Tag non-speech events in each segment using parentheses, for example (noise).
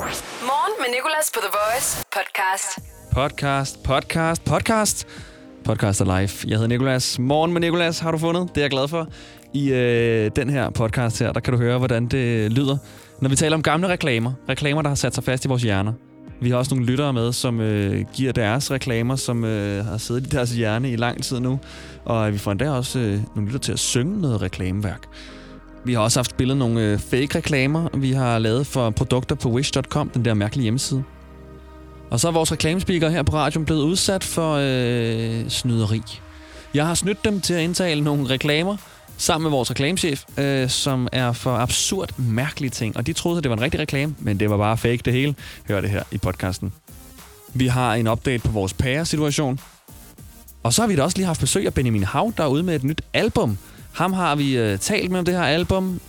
Morgen med Nicolas på The Voice podcast. Podcast, podcast, podcast. Podcast er live. Jeg hedder Nikolas. Morgen med Nikolas har du fundet. Det er jeg glad for. I øh, den her podcast her, der kan du høre, hvordan det lyder, når vi taler om gamle reklamer. Reklamer, der har sat sig fast i vores hjerner. Vi har også nogle lyttere med, som øh, giver deres reklamer, som øh, har siddet i deres hjerne i lang tid nu. Og vi får endda også øh, nogle lyttere til at synge noget reklameværk. Vi har også haft spillet nogle øh, fake-reklamer, vi har lavet for produkter på wish.com, den der mærkelige hjemmeside. Og så er vores reklamespeaker her på radioen blevet udsat for øh, snyderi. Jeg har snydt dem til at indtale nogle reklamer sammen med vores reklamechef, øh, som er for absurd mærkelige ting. Og de troede, at det var en rigtig reklame, men det var bare fake det hele. Hør det her i podcasten. Vi har en update på vores pæresituation. Og så har vi da også lige haft besøg af Benjamin Hav, der er ude med et nyt album. Ham har vi øh, talt med om det her album.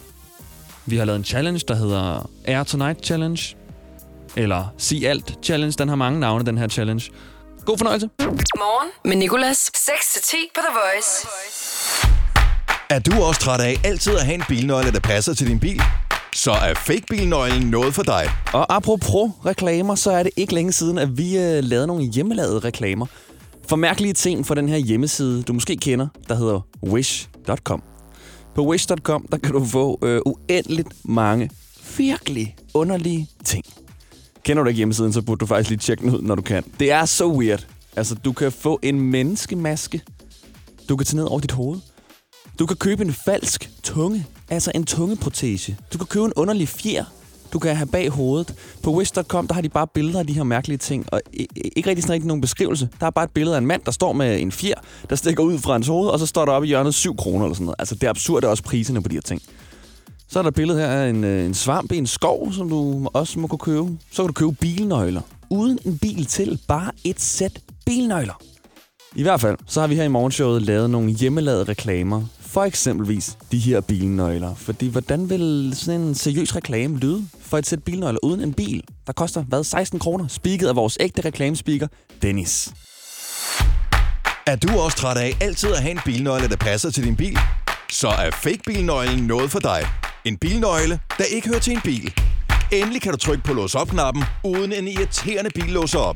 Vi har lavet en challenge, der hedder Air Tonight Challenge. Eller Sig Alt Challenge. Den har mange navne, den her challenge. God fornøjelse. Morgen med Nicolas. 6 til 10 på The Voice. Er du også træt af altid at have en bilnøgle, der passer til din bil? Så er fake-bilnøglen noget for dig. Og apropos reklamer, så er det ikke længe siden, at vi øh, lavede nogle hjemmelavede reklamer. For mærkelige ting fra den her hjemmeside, du måske kender, der hedder wish.com. På wish.com, der kan du få øh, uendeligt mange virkelig underlige ting. Kender du ikke hjemmesiden, så burde du faktisk lige tjekke den ud, når du kan. Det er så weird. Altså, du kan få en menneskemaske. Du kan tage ned over dit hoved. Du kan købe en falsk tunge, altså en tungeprotese. Du kan købe en underlig fjer, du kan have bag hovedet. På wish.com, der har de bare billeder af de her mærkelige ting, og i- i- ikke rigtig sådan rigtig nogen beskrivelse. Der er bare et billede af en mand, der står med en fjer, der stikker ud fra hans hoved, og så står der oppe i hjørnet 7 kroner eller sådan noget. Altså, det er absurd også priserne på de her ting. Så er der et billede her af en, øh, en svamp i en skov, som du også må kunne købe. Så kan du købe bilnøgler. Uden en bil til, bare et sæt bilnøgler. I hvert fald, så har vi her i morgenshowet lavet nogle hjemmelavede reklamer. For eksempelvis de her bilnøgler. Fordi hvordan vil sådan en seriøs reklame lyde for et sæt bilnøgler uden en bil, der koster, hvad, 16 kroner? Speaket af vores ægte reklamespeaker, Dennis. Er du også træt af altid at have en bilnøgle, der passer til din bil? Så er fake-bilnøglen noget for dig. En bilnøgle, der ikke hører til en bil. Endelig kan du trykke på lås op-knappen, uden en irriterende bil låser op.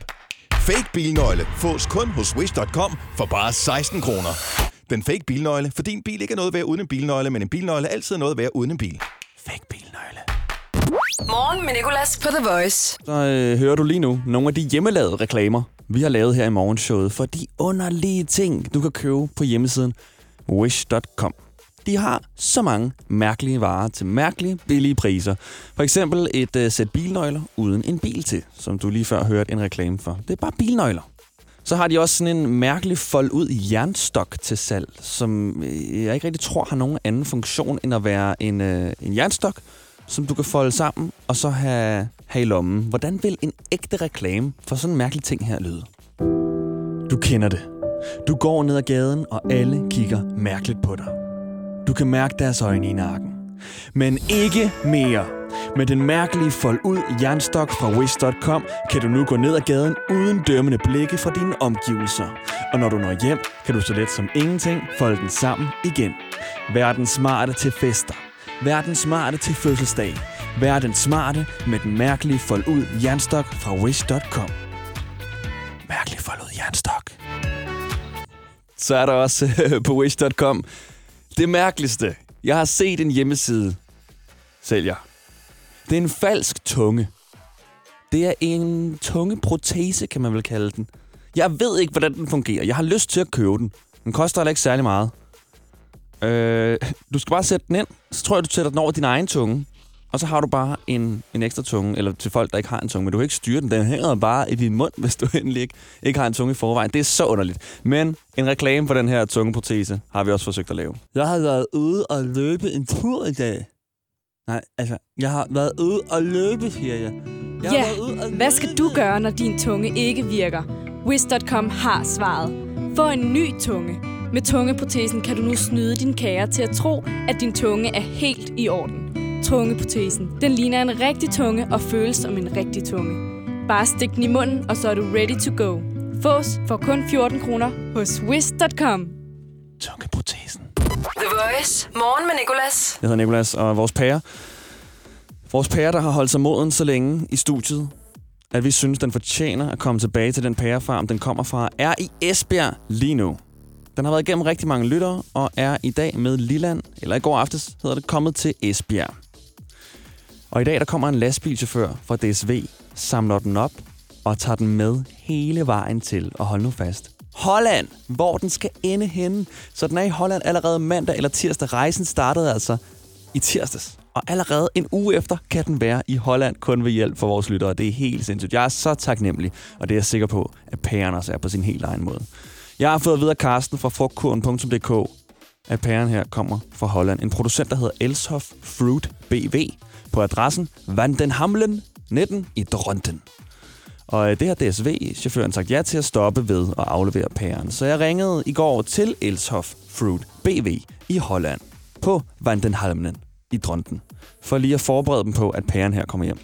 Fake-bilnøgle fås kun hos wish.com for bare 16 kroner. Den fake bilnøgle, for din bil ikke er noget værd uden en bilnøgle, men en bilnøgle er altid noget værd uden en bil. Fake bilnøgle. Morgen med Nicolas på The Voice. Så øh, hører du lige nu nogle af de hjemmelavede reklamer, vi har lavet her i morgenshowet for de underlige ting, du kan købe på hjemmesiden wish.com. De har så mange mærkelige varer til mærkelige billige priser. For eksempel et øh, sæt bilnøgler uden en bil til, som du lige før hørte en reklame for. Det er bare bilnøgler. Så har de også sådan en mærkelig fold ud jernstok til salg, som øh, jeg ikke rigtig tror har nogen anden funktion end at være en, øh, en jernstok, som du kan folde sammen og så have, have i lommen. Hvordan vil en ægte reklame for sådan en mærkelig ting her lyde? Du kender det. Du går ned ad gaden, og alle kigger mærkeligt på dig. Du kan mærke deres øjne i nakken. Men ikke mere. Med den mærkelige fold ud jernstok fra Wish.com kan du nu gå ned ad gaden uden dømmende blikke fra dine omgivelser. Og når du når hjem, kan du så let som ingenting folde den sammen igen. Vær den smarte til fester. Vær den smarte til fødselsdag. Vær den smarte med den mærkelige fold ud jernstok fra Wish.com. Mærkelig fold ud jernstok. Så er der også øh, på Wish.com det mærkeligste. Jeg har set en hjemmeside. Sælger. Det er en falsk tunge. Det er en tungeprotese, kan man vel kalde den. Jeg ved ikke, hvordan den fungerer. Jeg har lyst til at købe den. Den koster heller ikke særlig meget. Øh, du skal bare sætte den ind. Så tror jeg, du sætter den over din egen tunge. Og så har du bare en, en ekstra tunge, eller til folk, der ikke har en tunge, men du kan ikke styre den. Den hænger bare i din mund, (laughs) hvis du endelig ikke, ikke har en tunge i forvejen. Det er så underligt. Men en reklame for den her tungeprotese har vi også forsøgt at lave. Jeg har været ude og løbe en tur i dag. Nej, altså, jeg har været ude og løbe, siger jeg. jeg har Ja, været ude og hvad skal du løbe. gøre, når din tunge ikke virker? Wish.com har svaret. Få en ny tunge. Med tungeprotesen kan du nu snyde din kære til at tro, at din tunge er helt i orden. Tungeprotesen. Den ligner en rigtig tunge og føles som en rigtig tunge. Bare stik den i munden, og så er du ready to go. Fås for kun 14 kroner hos Wish.com. Tungeprotesen. The Voice. Morgen med Nicolas. Jeg hedder Nikolas, og vores pære Vores pære, der har holdt sig moden så længe i studiet, at vi synes, den fortjener at komme tilbage til den pærefarm, den kommer fra, er i Esbjerg lige nu. Den har været igennem rigtig mange lyttere og er i dag med Liland, eller i går aftes hedder det, kommet til Esbjerg. Og i dag der kommer en lastbilchauffør fra DSV, samler den op og tager den med hele vejen til, og hold nu fast, Holland, hvor den skal ende henne. Så den er i Holland allerede mandag eller tirsdag. Rejsen startede altså i tirsdags. Og allerede en uge efter kan den være i Holland kun ved hjælp for vores lyttere. Det er helt sindssygt. Jeg er så taknemmelig, og det er jeg sikker på, at pæren også er på sin helt egen måde. Jeg har fået videre Karsten fra frugtkuren.dk, at pæren her kommer fra Holland. En producent, der hedder Elshoff Fruit BV på adressen Van den Hamlen 19 i Dronten. Og øh, det har DSV-chaufføren sagt ja til at stoppe ved at aflevere pæren. Så jeg ringede i går til Elshoff Fruit BV i Holland på Vandenhalmnen i Dronten, for lige at forberede dem på, at pæren her kommer hjem.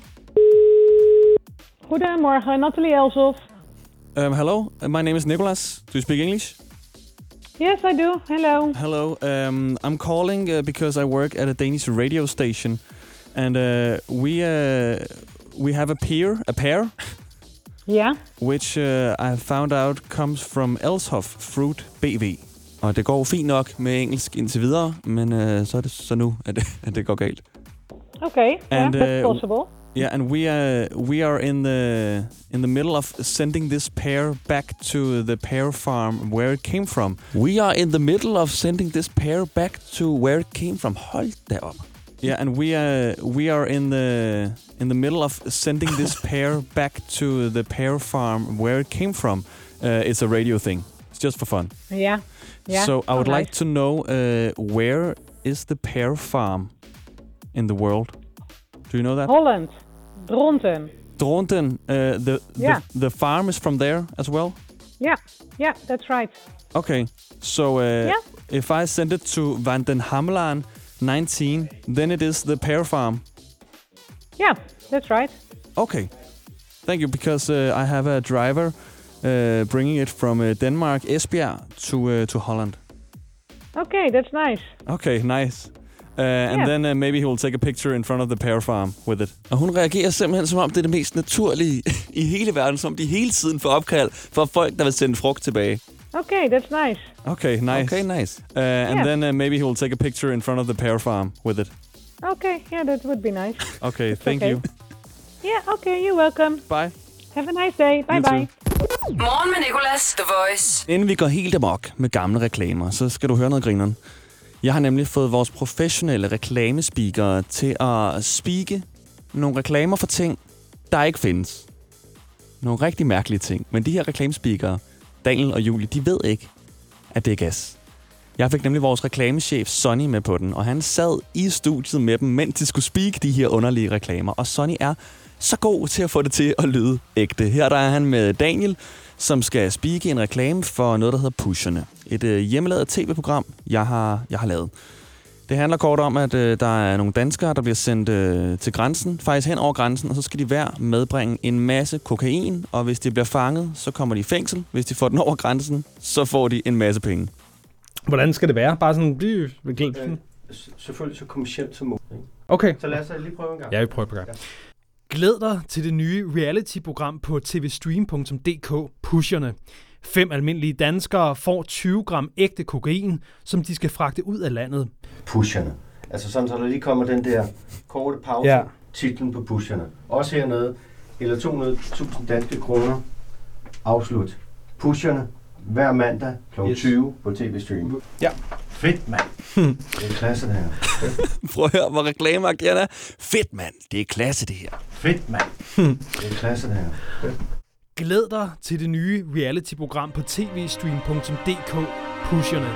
Goedemorgen, Nathalie Elsof. Um, hello, my name is Nicolas. Do you speak English? Yes, I do. Hello. Hello, um, I'm calling uh, because I work at a Danish radio station, and uh, we uh, we have a peer, a pair, Yeah. which uh, I found out comes from Elshoff Fruit BV. Og det går fint nok med engelsk indtil videre, men øh, så er det så nu, at, at det går galt. Okay. And, yeah, that's uh, possible. Yeah, and we uh, we are in the in the middle of sending this pear back to the pear farm where it came from. We are in the middle of sending this pear back to where it came from. Hold da op. Yeah, and we uh, we are in the in the middle of sending this (laughs) pear back to the pear farm where it came from. Uh, it's a radio thing. It's just for fun. Yeah. Yeah. so I would all like to know uh, where is the pear farm in the world? Do you know that? Holland. Dronten. Dronten, uh, the, the Yeah. the farm is from there as well. Yeah. Yeah, that's right. Okay, so uh, Yeah. if I send it to Van den Hamlaan 19, then it is the pear farm. Yeah, that's right. Okay, thank you because uh, I have a driver uh, bringing it from uh, Denmark, Esbjerg to uh, to Holland. Okay, that's nice. Okay, nice. Uh, and Yeah. then uh, maybe he will take a picture in front of the pear farm with it. Og hun reagerer simpelthen som om det er det mest naturlige (laughs) i hele verden, som om de hele tiden får opkald fra folk, der vil sende frugt tilbage. Okay, that's nice. Okay, nice. Okay, nice. Uh, and Yeah. then uh, maybe he will take a picture in front of the pear farm with it. Okay, yeah, that would be (laughs) nice. Okay, thank okay. you. yeah, okay, you're welcome. Bye. Have a nice day. Bye too. bye. Morgen med Nicolas, The Voice. Inden vi går helt amok med gamle reklamer, så skal du høre noget grineren. Jeg har nemlig fået vores professionelle reklamespeakere til at spike nogle reklamer for ting, der ikke findes. Nogle rigtig mærkelige ting. Men de her reklamespeakere, Daniel og Julie, de ved ikke, at det er gas. Jeg fik nemlig vores reklamechef Sonny med på den, og han sad i studiet med dem, mens de skulle speak de her underlige reklamer. Og Sonny er så god til at få det til at lyde ægte. Her der er han med Daniel, som skal speake en reklame for noget, der hedder Pusherne. Et øh, hjemmelavet tv-program, jeg har, jeg har lavet. Det handler kort om, at øh, der er nogle danskere, der bliver sendt øh, til grænsen, faktisk hen over grænsen, og så skal de hver medbringe en masse kokain, og hvis de bliver fanget, så kommer de i fængsel. Hvis de får den over grænsen, så får de en masse penge. (laughs) Hvordan skal det være? Bare sådan blive glemt. Øh, s- selvfølgelig så kommercielt som muligt. ikke? Okay. Så lad os øh, lige prøve en gang. Ja, vi prøver på gang. Glæd dig til det nye reality-program på tvstream.dk Pusherne. Fem almindelige danskere får 20 gram ægte kokain, som de skal fragte ud af landet. Pusherne. Altså sådan, så der lige kommer den der korte pause, Ja. ja. titlen på pusherne. Også hernede, eller 200.000 danske kroner. Afslut. Pusherne, hver mandag kl. Yes. 20 på tv-stream. Ja. (laughs) Fedt, mand. det er klasse, det her. Prøv at høre, hvor reklameagtig han er. Fedt, mand. Det er klasse, det her. Fedt, (laughs) mand. det er klasse, det her. Glæd dig til det nye reality-program på tvstream.dk Pusherne.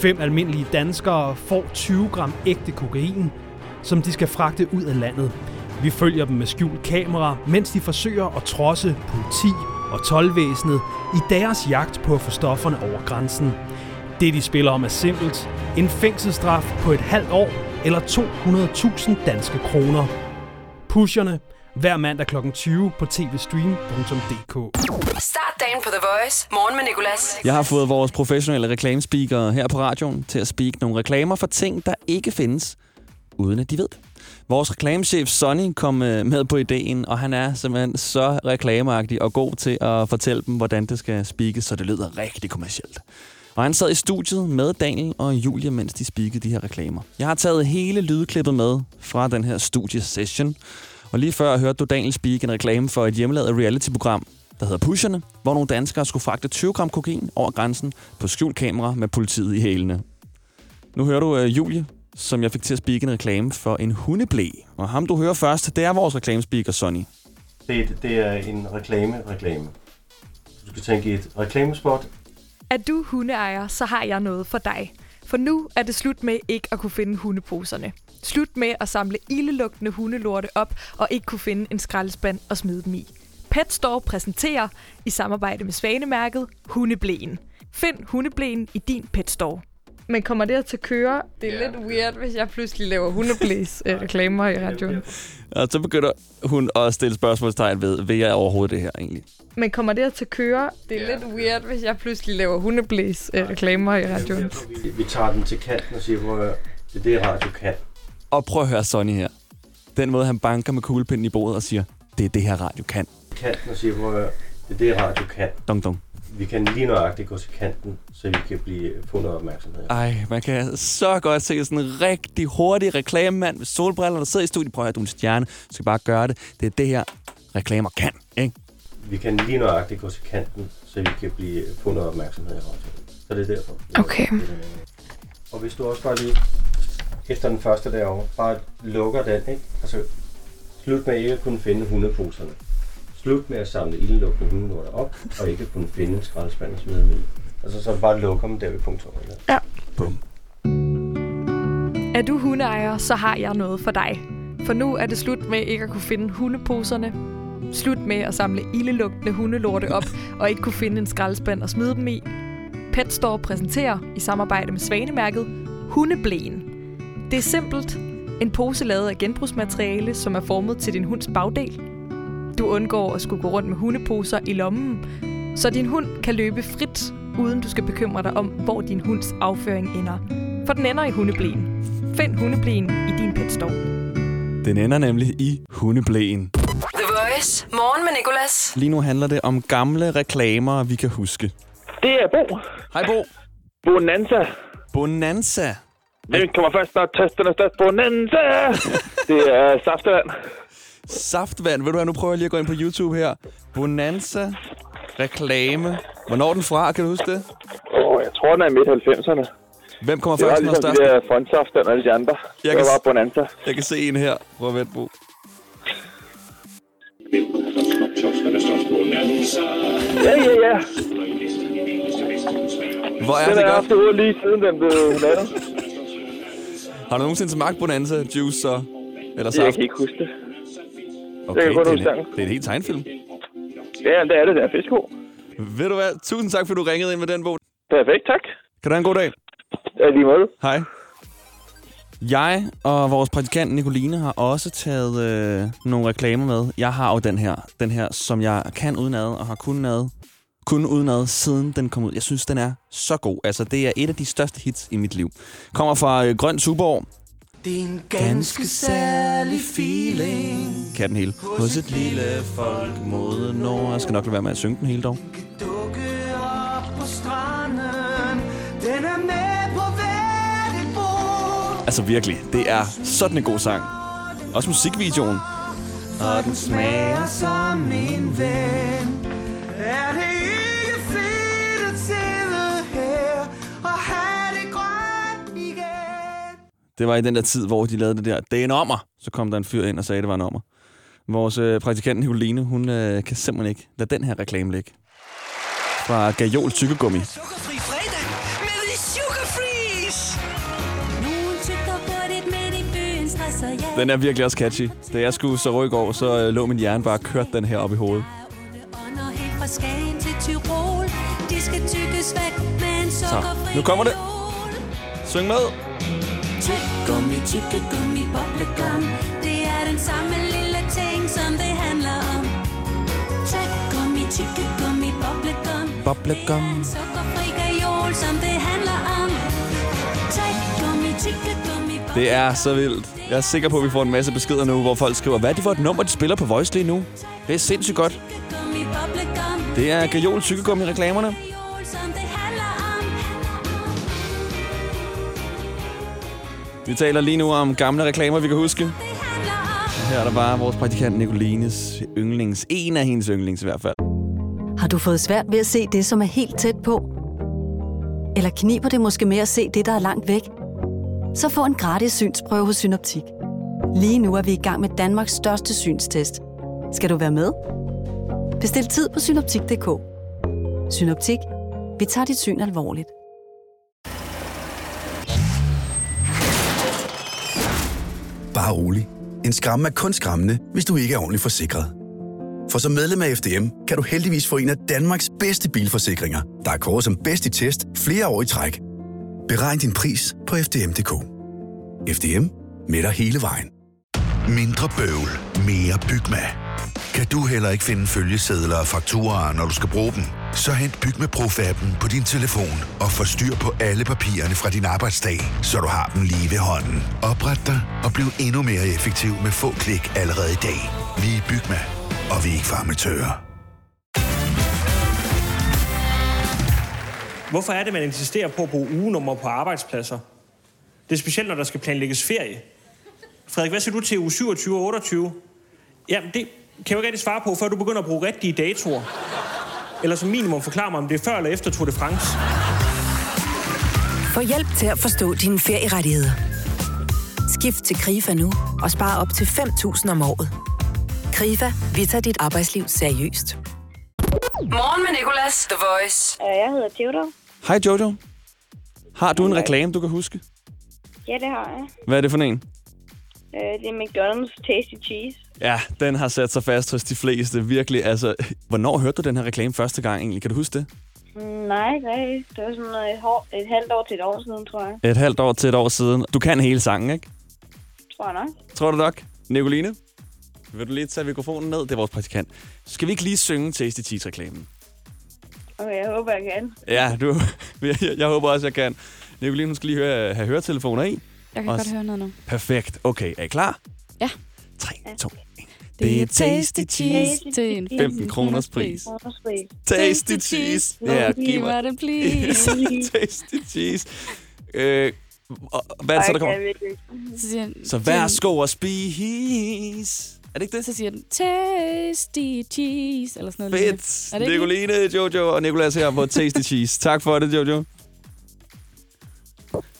Fem almindelige danskere får 20 gram ægte kokain, som de skal fragte ud af landet. Vi følger dem med skjult kamera, mens de forsøger at trodse politi og tolvvæsenet i deres jagt på at få stofferne over grænsen. Det, de spiller om, er simpelt. En fængselsstraf på et halvt år eller 200.000 danske kroner. Pusherne hver mandag kl. 20 på tvstream.dk. Start dagen på The Voice. Morgen med Nicolas. Jeg har fået vores professionelle reklamespeakere her på radioen til at speak nogle reklamer for ting, der ikke findes. uden at de ved det. Vores reklamechef Sonny kom øh, med på ideen, og han er simpelthen så reklameagtig og god til at fortælle dem, hvordan det skal spikkes, så det lyder rigtig kommercielt. Og han sad i studiet med Daniel og Julia, mens de spikkede de her reklamer. Jeg har taget hele lydklippet med fra den her studiesession. Og lige før hørte du Daniel spikke en reklame for et hjemmelavet reality-program, der hedder Pusherne, hvor nogle danskere skulle fragte 20 gram kokain over grænsen på skjult kamera med politiet i hælene. Nu hører du øh, Julie, som jeg fik til at spikke en reklame for en hundeblæ. Og ham du hører først, det er vores reklamespeaker, Sonny. Det, er- det er en reklame-reklame. Du skal tænke i et reklamespot. Er du hundeejer, så har jeg noget for dig. For nu er det slut med ikke at kunne finde hundeposerne. Slut med at samle ildelugtende hundelorte op og ikke kunne finde en skraldespand og smide dem i. Pet Store præsenterer i samarbejde med Svanemærket hundeblæen. Find hundeblæen i din Pet Store. Men kommer det til at køre? Det er lidt weird, hvis jeg pludselig laver hundeblæs-reklamer i radioen. Og så begynder hun at stille spørgsmålstegn ved, vil jeg overhovedet det her egentlig? Men kommer det til at køre? Det er lidt weird, hvis jeg pludselig laver hundeblæs-reklamer i radioen. Vi, vi tager den til kanten og siger, hvor det er det, radio kan. Og prøv at høre Sonny her. Den måde, han banker med kuglepinden i bordet og siger, det er det her radio kan. Kanten og siger, hvor det er det, radio kan. Dong, dong. Vi kan lige nøjagtigt gå til kanten, så vi kan blive øh, få noget opmærksomhed. Ej, man kan så godt se sådan en rigtig hurtig reklamemand med solbriller, der sidder i studiet. Prøv at høre, du er en stjerne. Du skal bare gøre det. Det er det her, reklamer kan, ikke? Vi kan lige nøjagtigt gå til kanten, så vi kan blive øh, få noget opmærksomhed i radioen. Så det er derfor. Øh, Okay. Og hvis du også bare lige, efter den første derovre, bare lukker den, ikke? Altså, slut med ikke at kunne finde hundeposerne. Slut med at samle ildelukkende hundelorter op, og ikke kunne finde en skraldespand og smide dem i. Altså, så bare lukker dem der ved punktummet. der. Er du hundeejer, så har jeg noget for dig. For nu er det slut med ikke at kunne finde hundeposerne. Slut med at samle ildelugtende hundelorte op og ikke kunne finde en skraldespand og smide dem i. Pet Store præsenterer i samarbejde med Svanemærket Hundeblæen. Det er simpelt. En pose lavet af genbrugsmateriale, som er formet til din hunds bagdel. Du undgår at skulle gå rundt med hundeposer i lommen, så din hund kan løbe frit, uden du skal bekymre dig om, hvor din hunds afføring ender. For den ender i hundeblæen. Find hundeblæen i din pet store. Den ender nemlig i hundeblæen. The Voice. Morgen med Nicolas. Lige nu handler det om gamle reklamer, vi kan huske. Det er Bo. Hej Bo. Bonanza. Bonanza. Hvem kommer først, når testen er størst? Bonanza! det er saftevand. Saftvand. Ved du hvad, nu prøver jeg lige at gå ind på YouTube her. Bonanza. Reklame. Hvornår er den fra, kan du huske det? Åh, jeg tror, den er i midt-90'erne. Hvem kommer Det var først, når ligesom størst? de der fondsaftevand og alle de andre. Jeg det var kan- bare Bonanza. Jeg kan se en her. Prøv at vente, Bo. Ja, ja, ja. Hvor er Den er det godt? haft i hovedet lige siden den blev lavet. Har du nogensinde smagt Bonanza Juice så? Eller saft? Jeg kan ikke huske det. Okay, kan det kun er, huske en, sangen. det er en helt tegnfilm. Ja, det er det. Det er fisko. Ved du hvad? Tusind tak, fordi du ringede ind med den, Bo. Perfekt, tak. Kan du have en god dag? Ja, lige måde. Hej. Jeg og vores praktikant Nicoline har også taget øh, nogle reklamer med. Jeg har jo den her, den her, som jeg kan udenad og har kun ad, kun udenad, siden den kom ud. Jeg synes, den er så god. Altså, det er et af de største hits i mit liv. Kommer fra øh, Grøn Tuborg. Det er en ganske særlig feeling. Kan den hele. Hos et lille folk mod nord. Jeg skal nok lade være med at synge den hele dog. Altså virkelig, det er sådan en god sang. Også musikvideoen. Og den smager som en ven. Er det ikke fedt at sidde her og have det grønt igen? Det var i den der tid, hvor de lavede det der, det er en ommer. Så kom der en fyr ind og sagde, at det var en ommer. Vores øh, praktikant Nicoline, hun øh, kan simpelthen ikke lade den her reklame ligge. Fra Gajol Tykkegummi. Sukkerfri fredag med The Sugar Freeze. Den er virkelig også catchy. Da jeg skulle så rå i går, så øh, lå min hjerne bare og kørte den her op i hovedet. Så, nu kommer det. Syng med. Tyggegummi, tyggegummi, boblegum Det er den samme lille ting, som det handler om Tyggegummi, tyggegummi, boblegum Bubblegum. Det er en sukkerfri gajol, som det handler om Tyggegummi, tyggegummi, Det er så vildt. Jeg er sikker på, at vi får en masse beskeder nu, hvor folk skriver, hvad er det for et nummer, de spiller på Voice lige nu? Det er sindssygt godt. Gummi bubblegum, Det er Gajol Tykkegummi i reklamerne. som det handler om. Vi taler lige nu om gamle reklamer, vi kan huske. Her er der bare vores praktikant Nicolines yndlings. En af hendes yndlings i hvert fald. Har du fået svært ved at se det, som er helt tæt på? Eller kniber det måske med at se det, der er langt væk? Så få en gratis synsprøve hos Synoptik. Lige nu er vi i gang med Danmarks største synstest. Skal du være med? Bestil tid på synoptik.dk. Synoptik. Vi tager dit syn alvorligt. Bare rolig. En skramme er kun skræmmende, hvis du ikke er ordentligt forsikret. For som medlem af FDM kan du heldigvis få en af Danmarks bedste bilforsikringer, der er kåret som bedst i test flere år i træk. Beregn din pris på FDM.dk. FDM med dig hele vejen. Mindre bøvl, mere Bygma. Kan du heller ikke finde følgesedler og fakturer, når du skal bruge dem? Så hent Bygma Pro-appen på din telefon og få styr på alle papirerne fra din arbejdsdag, så du har dem lige ved hånden. Opret dig og bliv endnu mere effektiv med få klik allerede i dag. Vi er Bygma, og vi er ikke farmatører. Hvorfor er det, man insisterer på at bruge ugenummer på arbejdspladser? Det er specielt, når der skal planlægges ferie. Frederik, hvad siger du til uge 27 og 28? Jamen, det kan jeg jo ikke rigtig svare på, før du begynder at bruge rigtige datoer. Eller som minimum forklare mig, om det er før eller efter Tour de France. Få hjælp til at forstå dine ferierettigheder. Skift til KRIFA nu og spare op til 5.000 om året. KRIFA, vi tager dit arbejdsliv seriøst. Morgen med Nicolas, The Voice. Jeg hedder Theodor. Hej Jojo. Har du en reklame, du kan huske? Ja, det har jeg. Hvad er det for en? Øh, Det er McDonald's Tasty Cheese. Ja, den har sat sig fast hos de fleste. Virkelig, altså... Hvornår hørte du den her reklame første gang egentlig? Kan du huske det? Mm, Nej, ikke rigtigt. Det var sådan noget et, hår, et halvt år til et år siden, tror jeg. Et halvt år til et år siden. Du kan hele sangen, ikke? Tror jeg nok. Tror du nok? Nicoline? Vil du lige tage mikrofonen ned? Det er vores praktikant. Skal vi ikke lige synge Tasty Cheese-reklamen? Okay, jeg håber, jeg kan. Ja, du, (laughs) jeg, jeg håber også, jeg kan. Nicoline, hun skal lige høre, have høretelefoner i. Jeg kan Og godt s- høre noget nu. Perfekt. Okay, er I klar? Ja. 3, 2, 1. Det er Tasty Cheese. til en 15 kroners pris. Tasty cheese. Ja, giv mig den, please. (laughs) Tasty cheese. Øh, og, og hvad er det så, der kommer? Så siger han, Så værsgo og spis. Er det ikke det? Så siger den, tasty cheese, eller sådan noget. Fedt. lignende. Er det ikke Nicoline, Jojo og Nicolas her på Tasty Cheese. Tak for det, Jojo.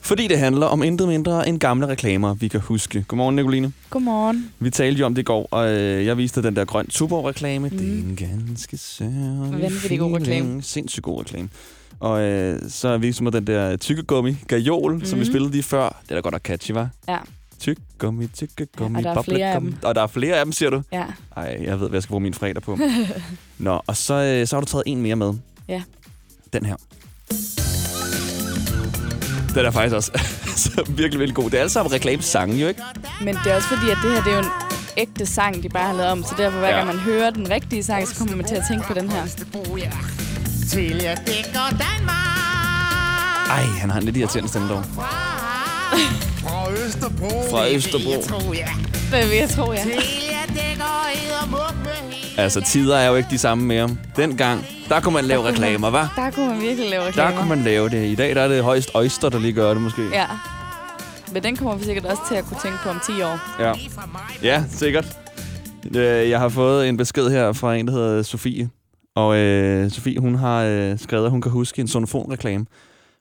Fordi det handler om intet mindre end gamle reklamer, vi kan huske. Godmorgen, Nicoline. det? Godmorgen. Vi talte jo om det i går, og øh, jeg viste dig den der grøn Tuborg-reklame. Mm. Det er en ganske særlig Vanvittig god feeling. reklame. Sindssygt god reklame. Og øh, så er vi som den der tykkegummi, gajol, mm. som vi Mhm. spillede lige før. Det er da godt nok catchy, var? Ja, Tykkegummi, tykkegummi, Ja, og der er flere af bubblegum. dem. Og der er flere af dem, siger du? ja. Ej, jeg ved, hvad jeg skal bruge min fredag (laughs) på. Nå, og så, øh, så har du taget en mere med. ja. Den her. Den er faktisk også (laughs) så virkelig, virkelig god. Det er alle sammen reklamesange, jo ikke? Men det er også fordi, at det her, det er jo en ægte sang, de bare har lavet om. Så derfor, hver Ja. gang man hører den rigtige sang, så kommer man til at tænke på den her. Til jeg dækker Ej, han har en lidt irriterende stemme dog. Fra Østerbro. Fra Østerbro. Det vil jeg tro, ja. Altså, tider er jo ikke de samme mere. Dengang, der kunne man lave reklamer, hva'? Der kunne man virkelig lave reklamer. Der kunne man lave det. I dag der er det højst Oyster, der lige gør det måske. Ja. Men den kommer vi sikkert også til at kunne tænke på om 10 år. Ja, ja sikkert. Øh, Jeg har fået en besked her fra en, der hedder Sofie. Og øh, Sofie, hun har øh, skrevet, at hun kan huske en sonofonreklame.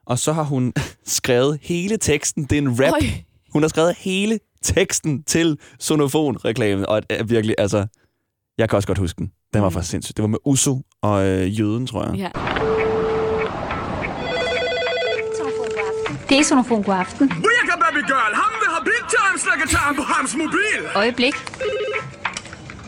Og så har hun (laughs) skrevet hele teksten. Det er en rap. Øj. Hun har skrevet hele teksten til sonofonreklamen. Og øh, virkelig, altså, jeg kan også godt huske den. Den var faktisk sindssyg. Det var med Uso og øh, Jøden, tror jeg. Ja. Det er sonofon god aften. Virker, baby girl! Ham vil have bildtarmslagetaren på hans mobil! Øjeblik.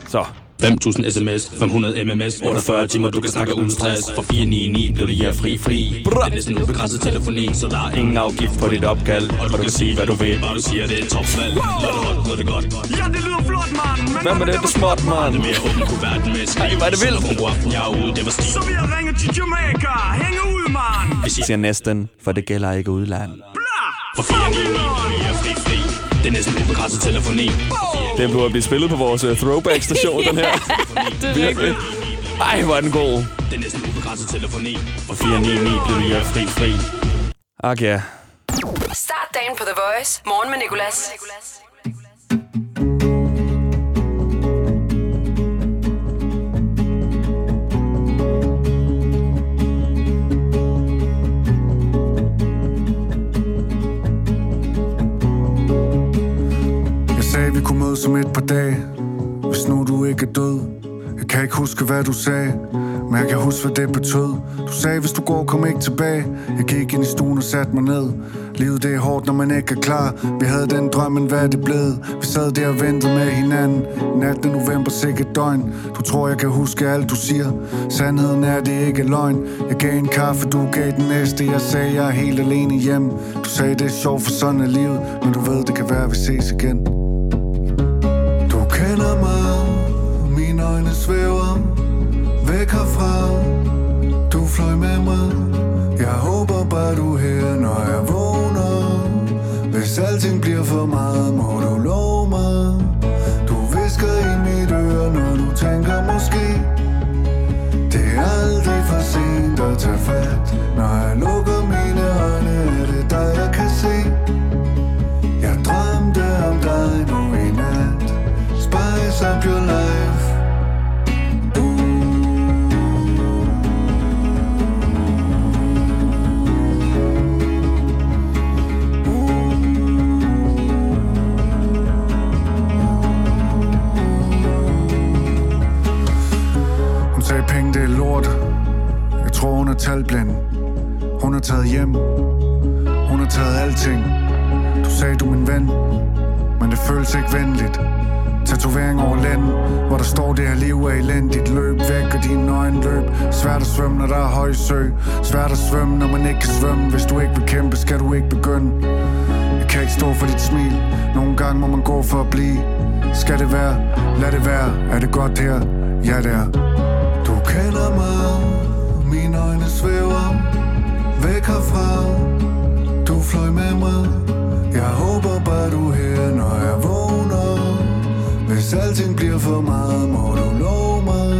Så. 5.000 sms, 500 mms, 48 timer, du kan snakke uden stress. For 499 bliver det her fri fri. Det er næsten ubegrænset telefoni, så der er ingen afgift på dit opkald. Og du kan sige, hvad du vil, bare du siger, det er topfald. Når det holdt, når det godt. Ja, det lyder flot, mand! Men Hvad med det, du smart, mand? Det er mere åben kunne verden med skrig. Ej, hvad det vil? Hun aften, jeg er ude, det var stil. Så vil jeg ringe til Jamaica. Hænge ud, mand! Siger næsten, for det gælder ikke udlandet. For 499 bliver det her fri fri. Det er næsten ubegrænset telefoni. Den burde blive spillet på vores øh, throwback-station, den (laughs) her. det er Virkelig. Ej, hvor er den god. Det er næsten ubegrænset telefoni. Og 499 bliver du fri fri. Ak ja. Start dagen på The Voice. Morgen med Nicolas. Jeg sagde, vi kunne mødes om et par dage Hvis nu du ikke er død Jeg kan ikke huske, hvad du sagde Men jeg kan huske, hvad det betød Du sagde, hvis du går, kom ikke tilbage Jeg gik ind i stuen og satte mig ned Livet det er hårdt, når man ikke er klar Vi havde den drøm, men hvad er det blevet? Vi sad der og ventede med hinanden 18. november, sikkert døgn Du tror, jeg kan huske alt, du siger Sandheden er, det ikke er løgn Jeg gav en kaffe, du gav den næste Jeg sagde, jeg er helt alene hjem Du sagde, det er sjovt, for sådan er livet Men du ved, det kan være, vi ses igen du kender mig, mine øjne svæver væk herfra. Du fløj med mig, jeg håber bare du er her, når jeg vågner. Hvis alting bliver for meget, må du love mig. Du visker i mit øre, når du tænker måske. Det er aldrig for sent at tage fat. Når jeg lukker mine øjne, er det dig, jeg kan se. Jeg drømte om dig nu i nat. spice up your life. Hun sagde, penge det er lort. Jeg tror, hun er talblind. Hun har taget hjem. Hun har taget alting. Du sagde, du er min ven. Men det føles ikke venligt. Tatovering over land, hvor der står det her liv er elendigt Løb væk og dine øjne løb Svært at svømme, når der er høj sø Svært at svømme, når man ikke kan svømme Hvis du ikke vil kæmpe, skal du ikke begynde Jeg kan ikke stå for dit smil Nogle gange må man gå for at blive Skal det være? Lad det være Er det godt her? Ja, det er Du kender mig Mine øjne svæver Væk herfra Du fløj med mig Jeg håber bare du er her, når jeg vågner hvis alting bliver for meget, må du love mig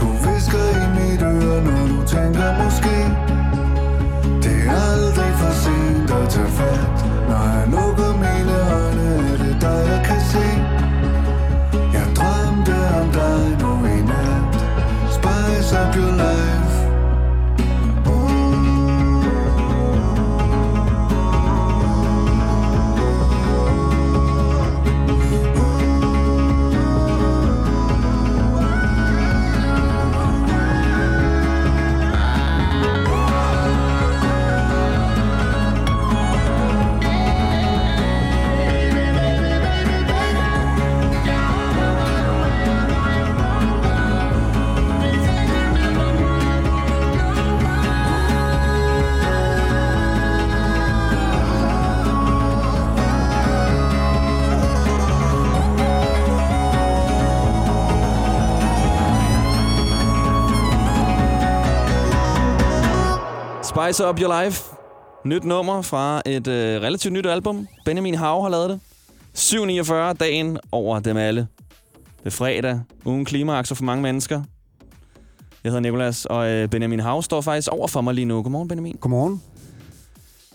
Du visker i mit øre, når du tænker måske Det er aldrig for sent at tage fat Når jeg lukker mine øjne, er det dig, jeg kan se Jeg drømte om dig nu i nat Spice up your life Spice Up Your Life. Nyt nummer fra et øh, relativt nyt album. Benjamin Hav har lavet det. 7.49 dagen over dem alle. Det er fredag. Ugen klimaakser for mange mennesker. Jeg hedder Nikolas, og øh, Benjamin Hav står faktisk over for mig lige nu. Godmorgen, Benjamin. Godmorgen.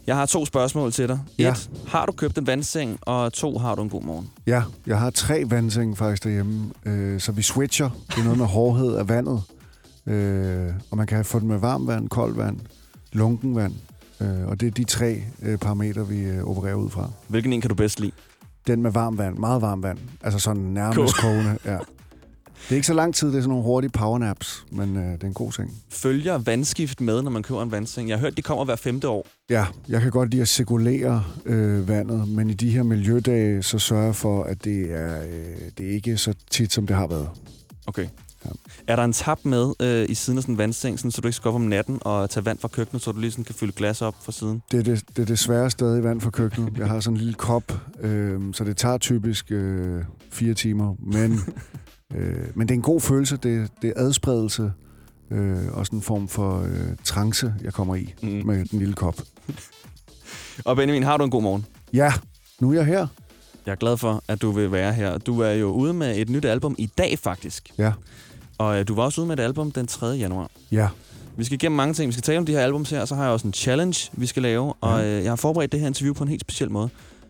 Jeg har to spørgsmål til dig. Ja. Et, har du købt en vandseng? Og to, har du en god morgen? Ja, jeg har tre vandting faktisk derhjemme, øh, så vi switcher. Det er noget med hårdhed af vandet. Øh, og man kan få den med varmt vand, koldt vand, lunken vand. Øh, og det er de tre øh, parametre, vi øh, opererer ud fra. Hvilken en kan du bedst lide? Den med varmt vand, meget varmt vand. Altså sådan Cool. nærmest kogende. Ja. Det er ikke så lang tid, det er sådan nogle hurtige powernaps, men øh, det er en god ting. Følger vandskift med, når man køber en vandseng? Jeg har hørt, de kommer hver femte år. Ja, jeg kan godt lide at cirkulere øh, vandet, men i de her miljødage, så sørger jeg for, at det er, øh, det er ikke så tit, som det har været. Okay. Ja. Er der en tap med øh, i siden af sådan en vandseng, sådan, så du ikke skal op om natten og tage vand fra køkkenet, så du lige sådan kan fylde glas op fra siden? Det er, det, det er desværre stadig vand fra køkkenet. Jeg har sådan en lille kop, øh, så det tager typisk øh, fire timer. Men, øh, men det er en god følelse. Det, det er adspredelse øh, og sådan en form for øh, trance, jeg kommer i mm. med den lille kop. Og Benjamin, har du en god morgen? Ja, nu er jeg her. Jeg er glad for, at du vil være her. Du er jo ude med et nyt album i dag, faktisk. Ja. Og øh, du var også ude med et album den 3. januar. Ja. Vi skal igennem mange ting. Vi skal tale om de her albums her, og så har jeg også en challenge, vi skal lave. Og øh, jeg har forberedt det her interview på en helt speciel måde.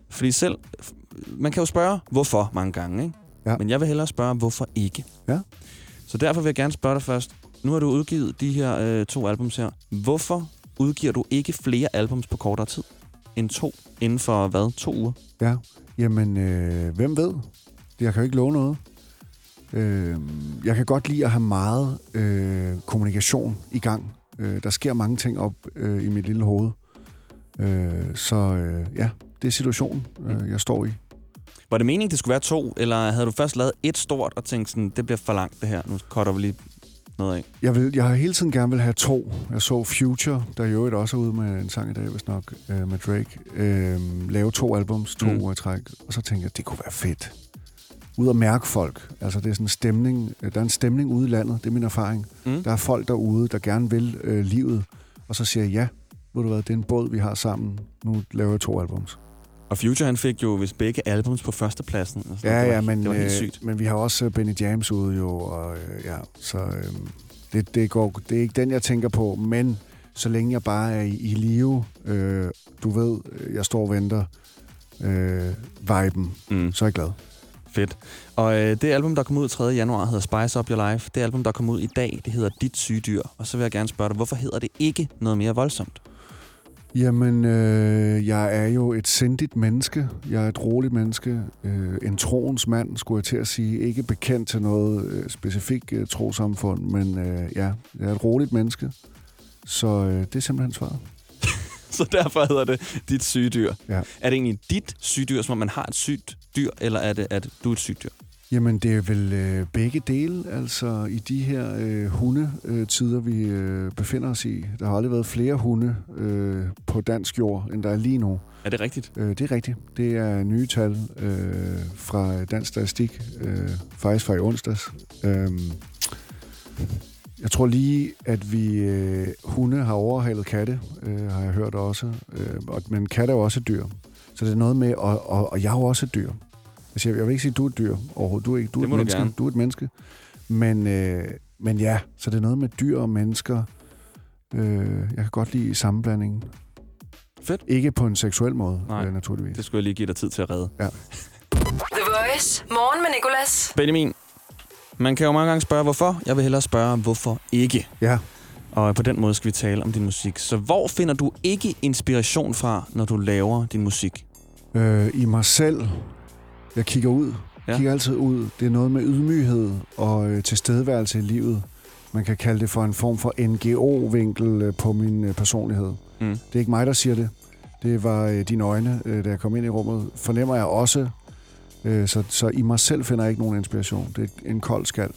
Fordi selv... f- Man kan jo spørge, hvorfor mange gange, ikke? Ja. Men jeg vil hellere spørge, hvorfor ikke? Ja. Så derfor vil jeg gerne spørge dig først. Nu har du udgivet de her øh, to albums her. Hvorfor udgiver du ikke flere albums på kortere tid end to? Inden for, hvad, to uger? Ja, jamen, øh, hvem ved? Jeg kan jo ikke love noget. Øh, jeg kan godt lide at have meget øh, kommunikation i gang. Øh, der sker mange ting op øh, i mit lille hoved. Øh, så øh, ja, det er situationen, øh, jeg står i. Var det meningen, det skulle være to, eller havde du først lavet et stort og tænkt sådan, det bliver for langt det her, nu cutter vi lige noget af? Jeg, vil, jeg har hele tiden gerne vil have to. Jeg så Future, der i øvrigt også er ude med en sang i dag, hvis nok, øh, med Drake, øh, lave to albums, to mm. uger i træk. Og så tænkte jeg, det kunne være fedt. Ud at mærke folk. Altså, det er sådan en stemning. øh, Der er en stemning ude i landet, det er min erfaring. Mm. Der er folk derude, der gerne vil øh, livet. Og så siger jeg, ja, ved du hvad, det er en båd, vi har sammen. Nu laver jeg to albums. Og Future, han fik jo hvis begge albums på førstepladsen. og sådan Ja, noget. ja, men, det var helt sygt. Øh, men vi har også øh, Benny James ude jo, og øh, ja, så øh, det, det, går, det er ikke den, jeg tænker på, men så længe jeg bare er i, i live, øh, du ved, øh, jeg står og venter, øh, viben, mm. så er jeg glad. Fedt. Og øh, det album, der kom ud 3. januar, hedder Spice Up Your Life. Det album, der kom ud i dag, det hedder Dit syge dyr. Og så vil jeg gerne spørge dig, hvorfor hedder det ikke noget mere voldsomt? Jamen, øh, jeg er jo et sindigt menneske. Jeg er et roligt menneske. Øh, en troens mand, skulle jeg til at sige. Ikke bekendt til noget øh, specifikt øh, trosamfund, men øh, ja, jeg er et roligt menneske. Så øh, det er simpelthen svaret. (laughs) Så derfor hedder det Dit syge dyr. Ja. Er det egentlig dit syge dyr, som om man har et sygt dyr, eller er det, at du er et sygt dyr? Jamen, det er vel øh, begge dele, altså i de her øh, hundetider, vi øh, befinder os i. Der har aldrig været flere hunde øh, på dansk jord, end der er lige nu. Er det rigtigt? Øh, det er rigtigt. Det er nye tal øh, fra Dansk Statistik, øh, faktisk fra i onsdags. Øh, jeg tror lige, at vi øh, hunde har overhalet katte, øh, har jeg hørt også. Øh, og, men katte er jo også dyr. Så det er noget med, og, og, og jeg er jo også et dyr. Jeg, siger, jeg vil ikke sige, at du er et dyr overhovedet. Du er, ikke, du er Det et må du menneske. gerne. Du er et menneske. Men, øh, men ja, så det er noget med dyr og mennesker. Øh, jeg kan godt lide sammenblandingen. Fedt. Ikke på en seksuel måde, Nej. øh, naturligvis. Det skulle jeg lige give dig tid til at redde. Ja. The Voice. Morgen med Nicolas. Benjamin, man kan jo mange gange spørge, hvorfor. Jeg vil hellere spørge, hvorfor ikke? Ja. Og på den måde skal vi tale om din musik. Så hvor finder du ikke inspiration fra, når du laver din musik? øh, i mig selv. Jeg kigger ud. Ja. Kigger altid ud. Det er noget med ydmyghed og øh, tilstedeværelse i livet. Man kan kalde det for en form for NGO-vinkel øh, på min øh, personlighed. Mm. Det er ikke mig, der siger det. Det var øh, dine øjne, øh, da jeg kom ind i rummet. Fornemmer jeg også. Øh, så, så i mig selv finder jeg ikke nogen inspiration. Det er en kold skal.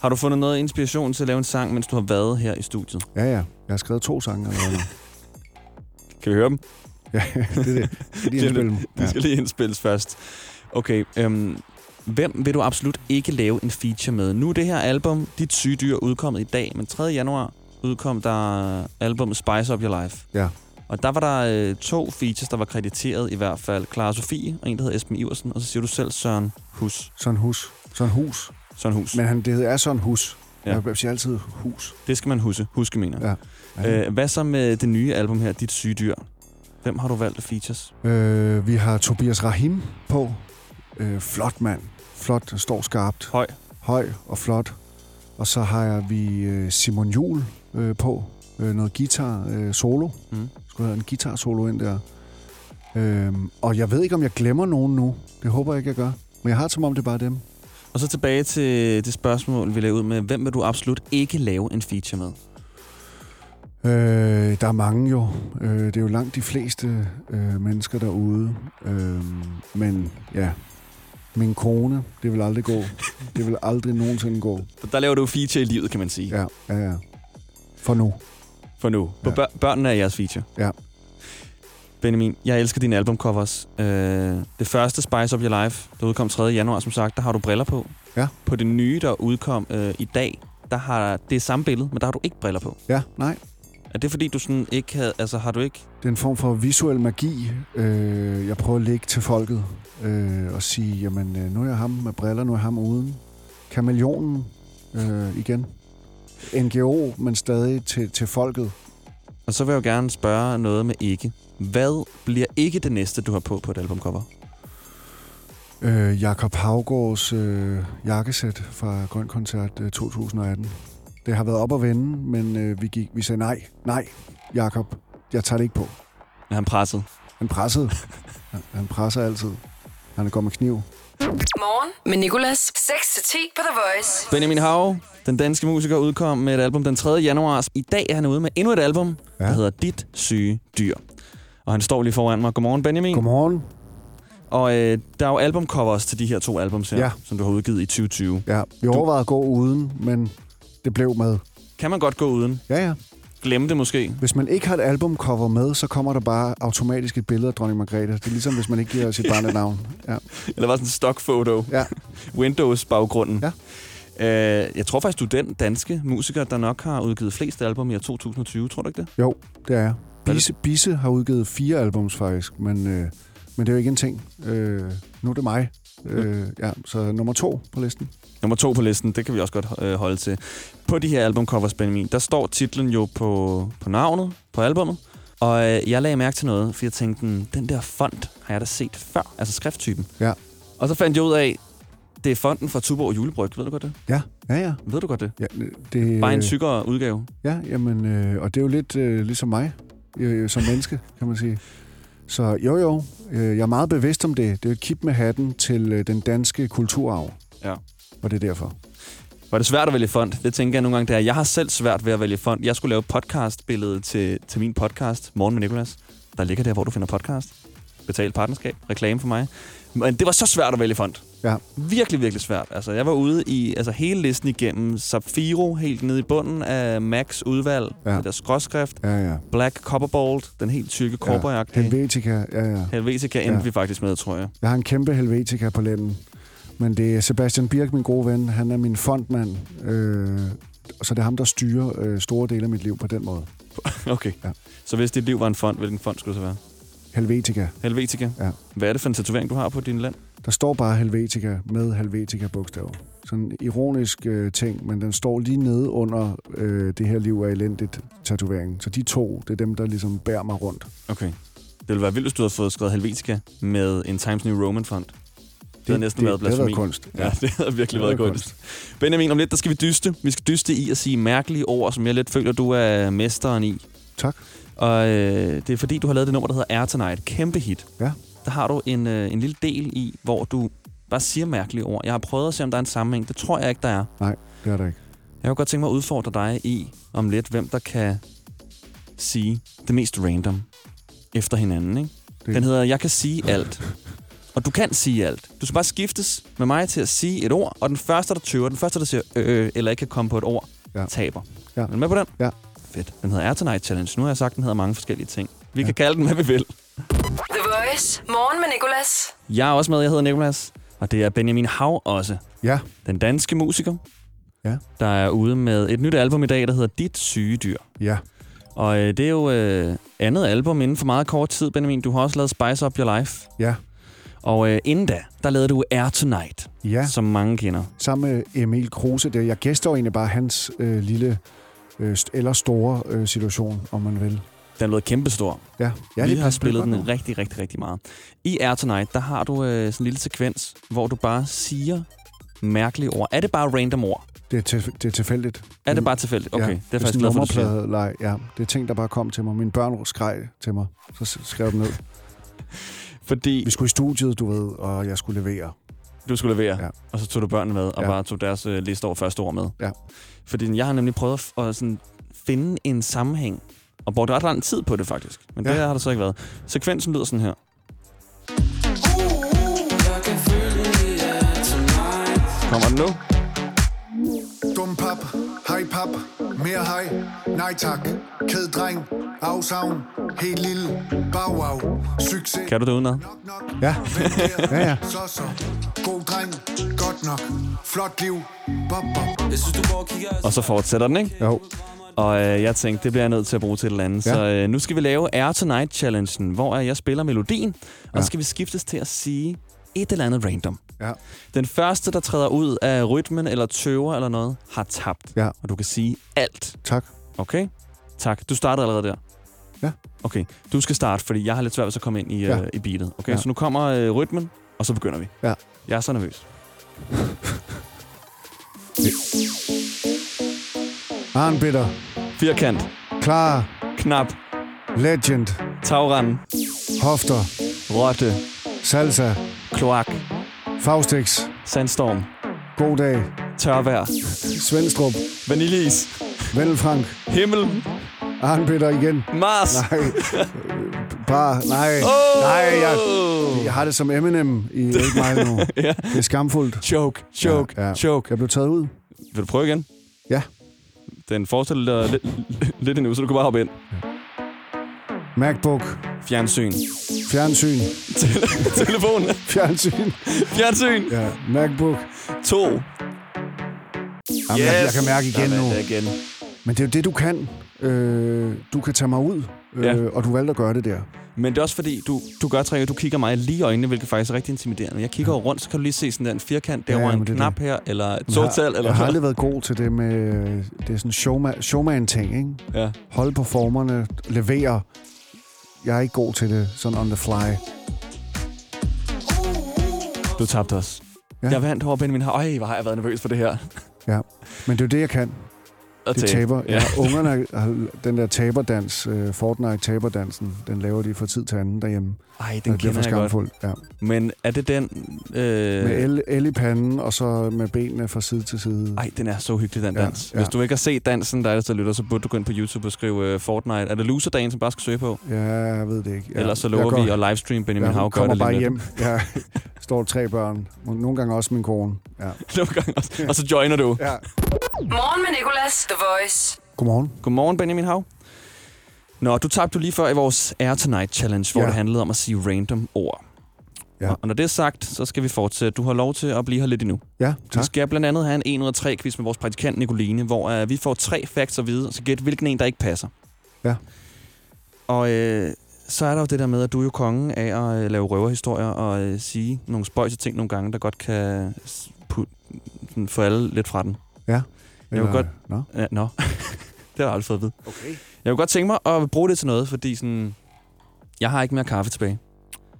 Har du fundet noget inspiration til at lave en sang, mens du har været her i studiet? Ja, ja. Jeg har skrevet to sange allerede. nu. (laughs) Kan vi høre dem? ja, (laughs) det er det. Skal (laughs) lige indspille dem. De skal lige indspilles først. Okay, øhm, hvem vil du absolut ikke lave en feature med? Nu er det her album, Dit syge dyr, udkommet i dag, men 3. januar udkom der albumet Spice Up Your Life. Ja. Og der var der øh, to features, der var krediteret i hvert fald. Clara Sofie og en, der hedder Esben Iversen, og så siger du selv Søren Hus. Søren Hus. Søren Hus. Søren Hus. Men han, det hedder er Søren Hus. Ja. Ja. Jeg siger altid hus. Det skal man huske, huske mener. Ja. Øh, hvad så med det nye album her, Dit syge dyr? Hvem har du valgt af features? Øh, vi har Tobias Rahim på. Øh, flot mand. Flot, står skarpt. Høj. Høj og flot. Og så har jeg vi øh, Simon Jul øh, på. Øh, noget guitar øh, solo. Mm. Skulle have en guitar solo ind der. Øhm, og jeg ved ikke, om jeg glemmer nogen nu. Det håber jeg ikke, jeg gør. Men jeg har det, som om det er bare dem. Og så tilbage til det spørgsmål, vi lavede ud med. Hvem vil du absolut ikke lave en feature med? Øh, der er mange jo. Øh, det er jo langt de fleste øh, mennesker derude. Øh, men ja, min kone, det vil aldrig gå. Det vil aldrig nogensinde gå. Der laver du feature i livet, kan man sige. Ja, ja, ja. For nu. For nu. Ja. Bør- børnene er jeres feature. Ja. Benjamin, jeg elsker dine albumcovers. Øh, det første, Spice Up Your Life, der udkom 3. januar, som sagt, der har du briller på. Ja. På det nye, der udkom øh, i dag, der har det er samme billede, men der har du ikke briller på. Ja, nej. Er det fordi, du sådan ikke havde... Altså, har du ikke... Det er en form for visuel magi, øh, jeg prøver at lægge til folket. Øh, og sige, jamen, øh, nu er jeg ham med briller, nu er jeg ham uden. Kameleonen øh, igen. NGO, men stadig til, til folket. Og så vil jeg jo gerne spørge noget med ikke. Hvad bliver ikke det næste, du har på på et albumcover? Øh, Jakob Havgårds øh, jakkesæt fra Grøn Koncert øh, 2018. Det har været op at vende, men øh, vi, gik, vi sagde nej, nej, Jakob, jeg tager det ikke på. Er han presset? Han pressede. han, han presser altid. Han går med kniv. Morgen med Nicolas. 6-10 på The Voice. Benjamin Hav, den danske musiker, udkom med et album den 3. januar. I dag er han ude med endnu et album, ja. der hedder Dit syge dyr. Og han står lige foran mig. Godmorgen, Benjamin. Godmorgen. Og øh, der er jo albumcovers til de her to albums her, ja. Ja. som du har udgivet i 2020. Ja, vi overvejede at gå uden, men det blev med. Kan man godt gå uden? Ja, ja. Glemme det måske. Hvis man ikke har et albumcover med, så kommer der bare automatisk et billede af dronning Margrethe. Det er (laughs) ligesom, hvis man ikke giver sit barn et navn. Ja. Eller var sådan en stockfoto. Ja. (laughs) Windows-baggrunden. Ja. Øh, jeg tror faktisk, du er den danske musiker, der nok har udgivet flest album i år 2020. Tror du ikke det? Jo, det er jeg. Bisse, Bisse har udgivet fire albums faktisk, men, øh, men det er jo ikke en ting. Øh, nu er det mig. Øh, ja, så nummer to på listen. Nummer to på listen, det kan vi også godt øh, holde til. På de her albumcovers, Benjamin, der står titlen jo på, på navnet, på albummet. Og øh, jeg lagde mærke til noget, for jeg tænkte, "Hmm, den der font har jeg da set før. Altså skrifttypen. Ja. Og så fandt jeg ud af, det er fonten fra Tuborg Julebryg. Ved du godt det? Ja, ja, ja. Ved du godt det? ja det Bare en tykkere udgave. Ja, jamen, øh, og det er jo lidt øh, ligesom mig, øh, som menneske, kan man sige. Så jo, jo, øh, jeg er meget bevidst om det. Det er jo et kip med hatten til øh, den danske kulturarv, Ja. og det er derfor. Var det svært at vælge font? Det tænker jeg nogle gange, det er. Jeg har selv svært ved at vælge font. Jeg skulle lave podcastbilledet til, til min podcast, Morgen med Nicolas. Der ligger der, hvor du finder podcast. Betalt partnerskab, reklame for mig. Men det var så svært at vælge font. Ja. Virkelig, virkelig svært. Altså, jeg var ude i altså, hele listen igennem. Sapphiro helt nede i bunden af Max udvalg. Ja. Det der skråskrift. Ja, ja. Black Copperbold, den helt tykke korporjagt. Ja. Helvetica, ja, ja. Helvetica endte ja. Ja. vi faktisk med, tror jeg. (laughs) Jeg har en kæmpe Helvetica på lænden. Men det er Sebastian Birk, min gode ven. Han er min fondmand. Øh, så det er ham, der styrer øh, store dele af mit liv på den måde. okay. Ja. Så hvis dit liv var en fond, hvilken fond skulle det så være? Helvetica. Helvetica? Ja. Hvad er det for en tatovering, du har på din land? Der står bare Helvetica med Helvetica-bogstaver. Sådan en ironisk øh, ting, men den står lige nede under øh, det her liv er elendigt tatoveringen. Så de to, det er dem, der ligesom bærer mig rundt. Okay. Det ville være vildt, hvis du havde fået skrevet Helvetica med en Times New Roman font. Det, havde næsten det- været det havde blasfemi. været kunst. Ja, Ja. (laughs) det havde virkelig Det været havde været kunst. Benjamin, om lidt, der skal vi dyste. Vi skal dyste i at sige mærkelige ord, som jeg lidt føler, du er mesteren i. Tak. Og øh, det er fordi, du har lavet det nummer, der hedder Air Tonight. Kæmpe hit. Ja. Der har du en, øh, en lille del i, hvor du bare siger mærkelige ord. Jeg har prøvet at se, om der er en sammenhæng. Det tror jeg ikke, der er. Nej, det er der ikke. Jeg kunne godt tænke mig at udfordre dig i, om lidt, hvem der kan sige det mest random efter hinanden. Ikke? Det- Den hedder, jeg kan sige alt. Og du kan sige alt. Du skal bare skiftes med mig til at sige et ord, og den første, der tøver, den første, der siger øh, øh, eller ikke kan komme på et ord, ja. taber. Ja. Er du med på den? Ja. Fedt. Den hedder Air Tonight Challenge. Nu har jeg sagt, den hedder mange forskellige ting. Vi ja. kan kalde den, hvad vi vil. The Voice. Morgen med Nicolas. Jeg er også med, jeg hedder Nikolas, og det er Benjamin Hav også. Ja. Den danske musiker, Ja. der er ude med et nyt album i dag, der hedder Dit syge dyr. Ja. Og øh, det er jo øh, andet album inden for meget kort tid, Benjamin. Du har også lavet Spice Up Your Life. Ja. Og øh, inden da, der lavede du Air Tonight, Ja. som mange kender. Sammen med Emil Kruse, det, jeg gæster jo egentlig bare hans øh, lille øh, st- eller store øh, situation, om man vil. Den lød kæmpestor. Ja, ja Vi det har passer spillet godt den nu. rigtig, rigtig, rigtig meget. I Air Tonight, der har du øh, sådan en lille sekvens, hvor du bare siger mærkelige ord. Er det bare random ord? Det er, til, det er tilfældigt. Er det bare tilfældigt? Okay, det er faktisk sådan glad for, du siger. nummerpladelej, ja. Det er ting, der bare kom til mig. Mine børn skreg til mig, så s- skrev jeg dem ned. Fordi... Vi skulle i studiet, du ved, og jeg skulle levere. Du skulle levere, ja. og så tog du børnene med, og ja. Ja. bare tog deres øh, liste over første ord med. Ja. Fordi jeg har nemlig prøvet at, f- at sådan finde en sammenhæng, og brugte ret lang tid på det faktisk. Men ja. det Ja. har der så ikke været. Sekvensen lyder sådan her. Kommer den nu? Dum pap, hej pap, mere hej, nej tak, ked dreng, afsavn, helt lille, bag wow, succes. Kan du det udenad? Ja. Ja, Så så, god dreng, godt nok, flot liv, bop bop. Jeg synes, du går og kigger Og så fortsætter den, ikke? Jo. Og øh, jeg tænkte, det bliver jeg nødt til at bruge til et eller andet. Ja. Ja. Så øh, nu skal vi lave Air Tonight Challengen, hvor jeg spiller melodien, og så skal vi skiftes til at sige et eller andet random. Ja. Den første, der træder ud af rytmen eller tøver eller noget, har tabt. Ja. Og du kan sige alt. Tak. Okay? Tak. Du starter allerede der. Ja. Okay, du skal starte, fordi jeg har lidt svært ved at komme ind i, ja. Ja. øh, i beatet. Okay, ja. Ja. så nu kommer øh, rytmen, og så begynder vi. Ja. Jeg er så nervøs. Arnbitter. Firkant. Klar. Knap. Legend. Tagrand. Hofter. Rotte. Salsa. Kloak. Faustix. Sandstorm. God dag. Tørvær. Svendstrup. Vaniljeis. Vennelfrank. Himmel. Arnbitter igen. Mars. Oh! Nej. Bare, nej. Åh! Nej, jeg, jeg har det som Eminem i 8 Mile nu. Ja. Det er skamfuldt. Choke, choke, ja, ja. choke. Jeg blev taget ud. Vil du prøve igen? Ja. Den forestiller dig lidt, lidt endnu, så du kan bare hoppe ind. MacBook. Fjernsyn. Fjernsyn. Tele- Telefon. Fjernsyn. Fjernsyn. Ja. MacBook. To. Jamen, yes. jeg, jeg kan mærke igen Der nu. vandt jeg igen. Men det er jo det, du kan. Øh, du kan tage mig ud, øh, Ja. ja. og du valgte at gøre det der. Men det er også fordi, du, du gør trækker, du kigger mig lige i øjnene, hvilket faktisk er rigtig intimiderende. Jeg kigger jo rundt, så kan du lige se sådan der en firkant, derovre ja, men en det er knap her, eller et Men jeg har- total, eller Jeg har aldrig været god til det med... øh, Det er sådan showman, showman-ting, ikke? Ja. Holde på formerne, levere. Jeg er ikke god til det, sådan on the fly. Du tabte os. Ja. Ja. Jeg vandt over Benjamin. Øj, hvor har jeg været nervøs for det her. Ja. Men det er jo det, jeg kan. Og det tabe. taber. Ja. (laughs) Ja. Ungerne, har- den der taberdans, øh, Fortnite-taberdansen, den laver de fra tid til anden derhjemme. Ej, den bliver kender for jeg godt. skamfuld, Ja. Men er det den... Øh... Med el, el i panden, og så med benene fra side til side. Ej, den er så hyggelig, den Ja, dans. Ja, ja. Hvis du ikke har set dansen, der er der lytter, så burde du gå ind på YouTube og skrive uh, Fortnite. Er det loserdagen, som bare skal søge på? Ja, jeg ved det ikke. Ja. Ellers så lover Jeg vi at livestream Benjamin ja, hun Hav gør kommer det lige bare lidt. hjem. Ja, står tre børn. Nogle gange også min kone. Ja. (laughs) Nogle gange også. Og så joiner du. Ja. Morgen med Nicolas, The Voice. Godmorgen. Godmorgen, Benjamin Hav. Nå, du tabte jo lige før i vores Air Tonight Challenge, hvor ja. Ja. det handlede om at sige random ord. Ja. Og når det er sagt, så skal vi fortsætte. Du har lov til at blive her lidt endnu. Ja, Vi tak. skal blandt andet have en 1 ud af 3 quiz med vores praktikant Nicoline, hvor uh, vi får tre facts at vide, og så gæt hvilken en, der ikke passer. Ja. Og øh, så er der jo det der med, at du er jo kongen af at øh, lave røverhistorier og øh, sige nogle spøjse ting nogle gange, der godt kan s- put, sådan, få alle lidt fra den. Ja. Jeg vil Eller- godt... Nå. Ja, nå. (laughs) det har jeg aldrig fået at vide. Okay. Jeg vil godt tænke mig at bruge det til noget, fordi sådan, jeg har ikke mere kaffe tilbage.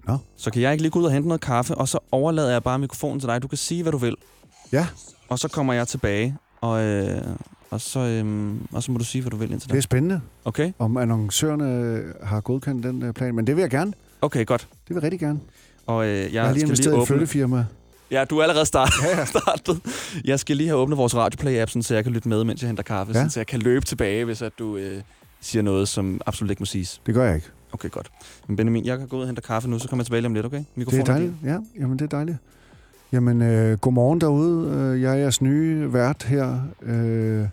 Nå. Så kan jeg ikke lige gå ud og hente noget kaffe, og så overlader jeg bare mikrofonen til dig. Du kan sige, hvad du vil. Ja. Og så kommer jeg tilbage, og, øh, og, så, øh, og så må du sige, hvad du vil indtil Det da. er spændende, Okay? om annoncørerne har godkendt den øh, plan, men det vil jeg gerne. Okay, godt. Det vil jeg rigtig gerne. Og øh, jeg, Jeg, jeg har lige skal investeret i lige et åbne... flyttefirma. Ja, du er allerede start... ja, ja. startet. Jeg skal lige have åbnet vores radioplay-app, sådan, så jeg kan lytte med, mens jeg henter kaffe, ja. Ja. sådan, så jeg kan løbe tilbage, hvis at du øh, siger noget, som absolut ikke må siges. Det gør jeg ikke. Okay, godt. Men Benjamin, jeg kan gå ud og hente kaffe nu, så kommer jeg tilbage lige om lidt, okay? Det er Mikrofonen dejligt. Ja, jamen det er dejligt. Jamen, øh, godmorgen derude. Øh, Jeg er jeres nye vært her. Øh,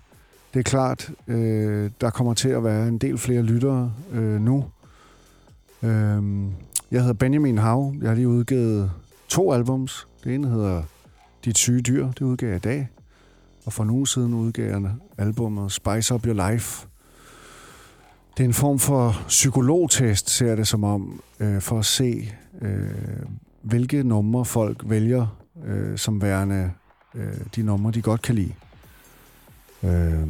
det er klart, øh, der kommer til at være en del flere lyttere øh, nu. Øh, jeg hedder Benjamin Hav. Jeg har lige udgivet to albums. Det ene hedder Dit syge dyr. Det udgav jeg i dag. Og for nogle siden udgav jeg albumet Spice Up Your Life. Det er en form for psykologtest, ser jeg det som om, øh, for at se, øh, hvilke numre folk vælger øh, som værende øh, de numre, de godt kan lide. Øh,